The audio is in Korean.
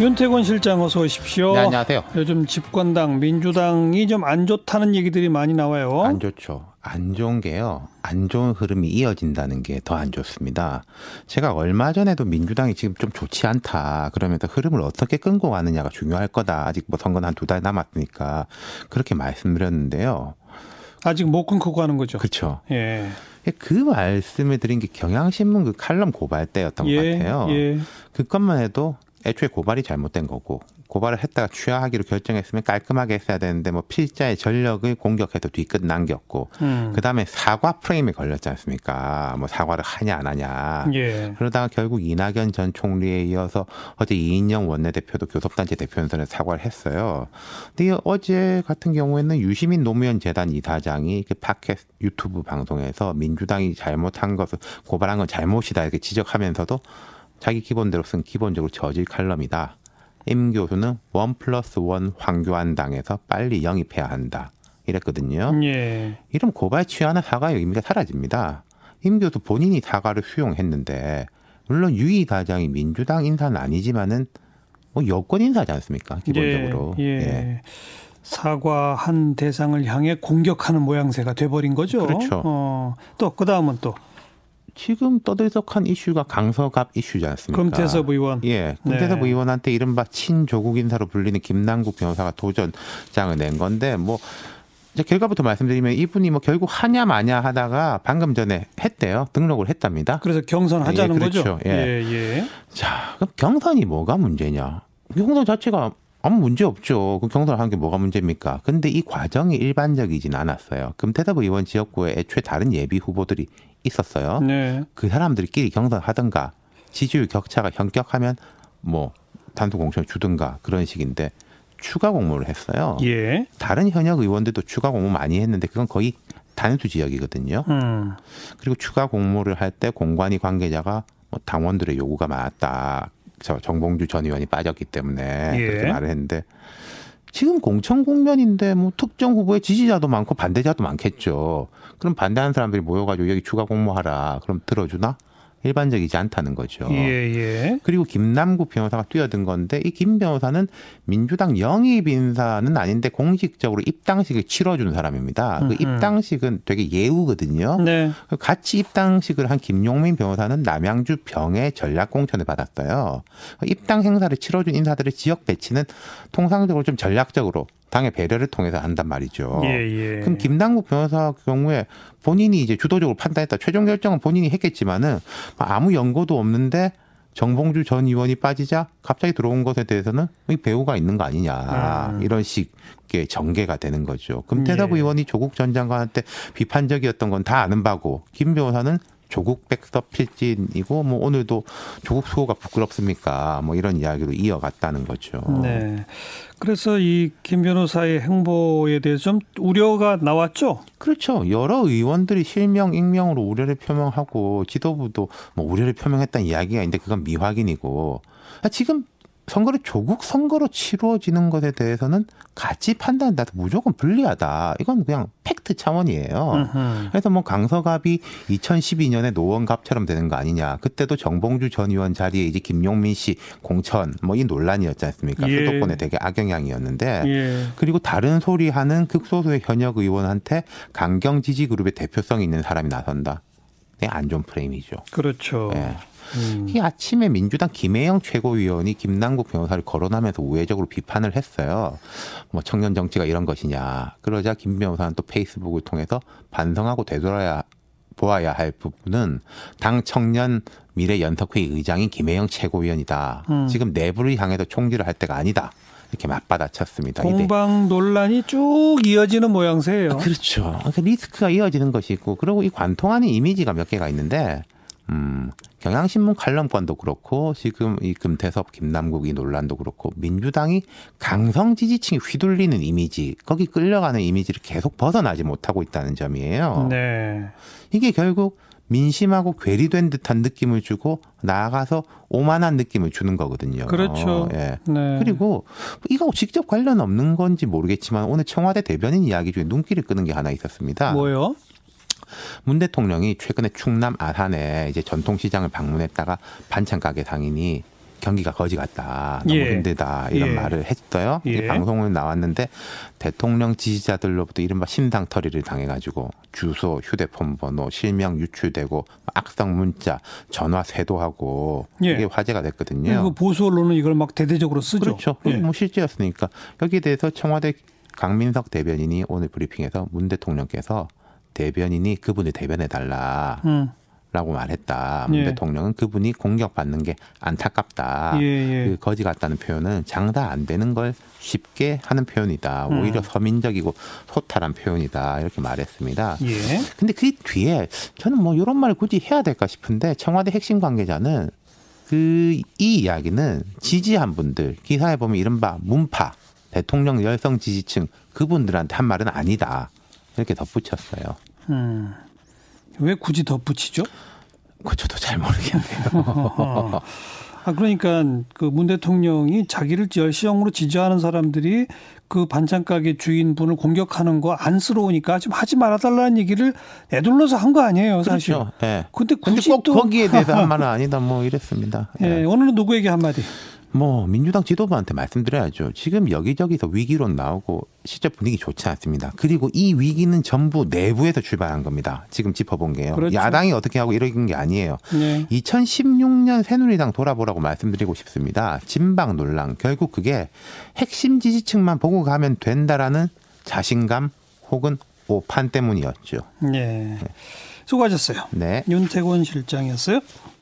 윤태곤 실장 어서 오십시오. 네, 안녕하세요. 요즘 집권당 민주당이 좀 안 좋다는 얘기들이 많이 나와요. 안 좋죠. 안 좋은 게요. 안 좋은 흐름이 이어진다는 게 더 안 좋습니다. 제가 얼마 전에도 민주당이 지금 좀 좋지 않다. 그러면서 흐름을 어떻게 끌고 가느냐가 중요할 거다. 아직 뭐 선거는 한 두 달 남았으니까 그렇게 말씀드렸는데요. 아직 못 끊고 가는 거죠. 그렇죠. 예. 그 말씀을 드린 게 경향신문 그 칼럼 고발 때였던 예. 것 같아요. 예. 그것만 해도 애초에 고발이 잘못된 거고 고발을 했다가 취하하기로 결정했으면 깔끔하게 했어야 되는데 뭐 필자의 전력을 공격해서 뒤끝 남겼고 음. 그다음에 사과 프레임에 걸렸지 않습니까? 뭐 사과를 하냐 안 하냐. 예. 그러다가 결국 이낙연 전 총리에 이어서 어제 이인영 원내대표도 교섭단체 대표연설에 사과를 했어요. 근데 이 어제 같은 경우에는 유시민 노무현 재단 이사장이 그 팟캐스트 유튜브 방송에서 민주당이 잘못한 것을 고발한 건 잘못이다 이렇게 지적하면서도 자기 기본대로 쓴 기본적으로 저질 칼럼이다. 임 교수는 원 플러스 원 황교안 당에서 빨리 영입해야 한다. 이랬거든요. 예. 이런 고발 취하나 사과의 의미가 사라집니다. 임 교수 본인이 사과를 수용했는데 물론 유이 사장이 민주당 인사는 아니지만은 뭐 여권 인사지 않습니까 기본적으로 예. 예. 사과한 대상을 향해 공격하는 모양새가 돼버린 거죠. 그렇죠. 어, 또 그다음은 또 지금 떠들썩한 이슈가 강서갑 이슈지 않습니까? 금태섭 의원. 그러니까. 예, 금태섭 네. 의원한테 이른바 친조국 인사로 불리는 김남국 변호사가 도전장을 낸 건데 뭐 이제 결과부터 말씀드리면 이분이 뭐 결국 하냐 마냐 하다가 방금 전에 했대요 등록을 했답니다. 그래서 경선하자는 예, 그렇죠. 거죠. 예. 예. 자, 그럼 경선이 뭐가 문제냐? 경선 자체가 아무 문제 없죠. 그 경선을 한 게 뭐가 문제입니까? 근데 이 과정이 일반적이진 않았어요. 금태섭 의원 지역구에 애초에 다른 예비 후보들이 있었어요. 네. 그 사람들끼리 경선하든가 지지율 격차가 현격하면 뭐 단독 공천을 주든가 그런 식인데 추가 공모를 했어요. 예. 다른 현역 의원들도 추가 공모 많이 했는데 그건 거의 단수 지역이거든요. 음. 그리고 추가 공모를 할 때 공관위 관계자가 뭐 당원들의 요구가 많았다. 저 정봉주 전 의원이 빠졌기 때문에 예. 그렇게 말을 했는데 지금 공천 국면인데 뭐 특정 후보의 지지자도 많고 반대자도 많겠죠. 그럼 반대하는 사람들이 모여가지고 여기 추가 공모하라. 그럼 들어주나? 일반적이지 않다는 거죠. 예, 예. 그리고 김남국 변호사가 뛰어든 건데 이 김 변호사는 민주당 영입 인사는 아닌데 공식적으로 입당식을 치러준 사람입니다. 그 입당식은 되게 예우거든요. 네. 그 같이 입당식을 한 김용민 변호사는 남양주 병의 전략공천을 받았어요. 입당 행사를 치러준 인사들의 지역 배치는 통상적으로 좀 전략적으로 당의 배려를 통해서 한단 말이죠. 예, 예. 그럼 김남국 변호사 경우에 본인이 이제 주도적으로 판단했다. 최종 결정은 본인이 했겠지만은 아무 연고도 없는데 정봉주 전 의원이 빠지자 갑자기 들어온 것에 대해서는 이 배우가 있는 거 아니냐 음. 이런 식의 전개가 되는 거죠. 금태섭 예. 의원이 조국 전 장관한테 비판적이었던 건 다 아는 바고 김 변호사는 조국 백섭 필진이고 뭐 오늘도 조국 수호가 부끄럽습니까? 뭐 이런 이야기로 이어갔다는 거죠. 네. 그래서 이 김 변호사의 행보에 대해서 좀 우려가 나왔죠. 그렇죠. 여러 의원들이 실명, 익명으로 우려를 표명하고 지도부도 뭐 우려를 표명했다는 이야기가 있는데 그건 미확인이고 아, 지금 선거를 조국 선거로 치루어지는 것에 대해서는 같이 판단한다. 무조건 불리하다. 이건 그냥 팩트 차원이에요. 음흠. 그래서 뭐 강서갑이 2012년에 노원갑처럼 되는 거 아니냐. 그때도 정봉주 전 의원 자리에 이제 김용민 씨 공천 뭐 이 논란이었지 않습니까? 예. 수도권에 되게 악영향이었는데 예. 그리고 다른 소리 하는 극소수의 현역 의원한테 강경 지지 그룹의 대표성이 있는 사람이 나선다. 네, 안 좋은 프레임이죠. 그렇죠. 예. 음. 이 아침에 민주당 김혜영 최고위원이 김남국 변호사를 거론하면서 우회적으로 비판을 했어요. 뭐 청년 정치가 이런 것이냐. 그러자 김 변호사는 또 페이스북을 통해서 반성하고 되돌아야 보아야 할 부분은 당 청년 미래 연석회 의장인 김혜영 최고위원이다. 음. 지금 내부를 향해서 총질을 할 때가 아니다. 이렇게 맞받아쳤습니다. 이 대- 공방 논란이 쭉 이어지는 모양새예요. 그렇죠. 그래서 리스크가 이어지는 것이 있고, 그리고 이 관통하는 이미지가 몇 개가 있는데, 음, 경향신문 칼럼권도 그렇고, 지금 이 금태섭, 김남국 이 논란도 그렇고, 민주당이 강성 지지층이 휘둘리는 이미지, 거기 끌려가는 이미지를 계속 벗어나지 못하고 있다는 점이에요. 네. 이게 결국 민심하고 괴리된 듯한 느낌을 주고, 나아가서 오만한 느낌을 주는 거거든요. 그렇죠. 예. 네. 그리고 이거 직접 관련 없는 건지 모르겠지만 오늘 청와대 대변인 이야기 중에 눈길을 끄는 게 하나 있었습니다. 뭐요? 문 대통령이 최근에 충남 아산에 이제 전통시장을 방문했다가 반찬 가게 상인이 경기가 거지 같다. 너무 예. 힘들다. 이런 예. 말을 했어요. 예. 이 방송을 나왔는데 대통령 지지자들로부터 이른바 심상털이를 당해가지고 주소, 휴대폰 번호, 실명 유출되고 악성 문자, 전화 세도하고 예. 이게 화제가 됐거든요. 그리고 보수 언론은 이걸 막 대대적으로 쓰죠. 그렇죠. 예. 뭐 실제였으니까 여기에 대해서 청와대 강민석 대변인이 오늘 브리핑에서 문 대통령께서 대변인이 그분을 대변해 달라라고 음. 말했다. 문 예. 대통령은 그분이 공격받는 게 안타깝다. 예, 예. 그 거지 같다는 표현은 장사 안 되는 걸 쉽게 하는 표현이다. 음. 오히려 서민적이고 소탈한 표현이다. 이렇게 말했습니다. 예. 근데 그 뒤에 저는 뭐 이런 말을 굳이 해야 될까 싶은데 청와대 핵심 관계자는 그 이 이야기는 지지한 분들 기사에 보면 이른바 문파 대통령 열성 지지층 그분들한테 한 말은 아니다 이렇게 덧붙였어요. 음. 왜 굳이 덧붙이죠? 그 저도 잘 모르겠네요. 어. 아 그러니까 그 문 대통령이 자기를 열시형으로 지지하는 사람들이 그 반찬 가게 주인분을 공격하는 거 안쓰러우니까 좀 하지 말아달라는 얘기를 애둘러서 한 거 아니에요, 사실. 그렇죠. 예. 근데 근데 굳이 꼭 또 거기에 대해서 한 말은 아니다 뭐 이랬습니다. 예. 예, 오늘은 누구에게 한마디? 뭐 민주당 지도부한테 말씀드려야죠. 지금 여기저기서 위기론 나오고 실제 분위기 좋지 않습니다. 그리고 이 위기는 전부 내부에서 출발한 겁니다. 지금 짚어본 게요. 그렇죠. 야당이 어떻게 하고 이런 게 아니에요. 예. 2016년 새누리당 돌아보라고 말씀드리고 싶습니다. 진방 논란 결국 그게 핵심 지지층만 보고 가면 된다라는 자신감 혹은 오판 때문이었죠. 예. 네. 수고하셨어요. 네. 윤태곤 실장이었어요.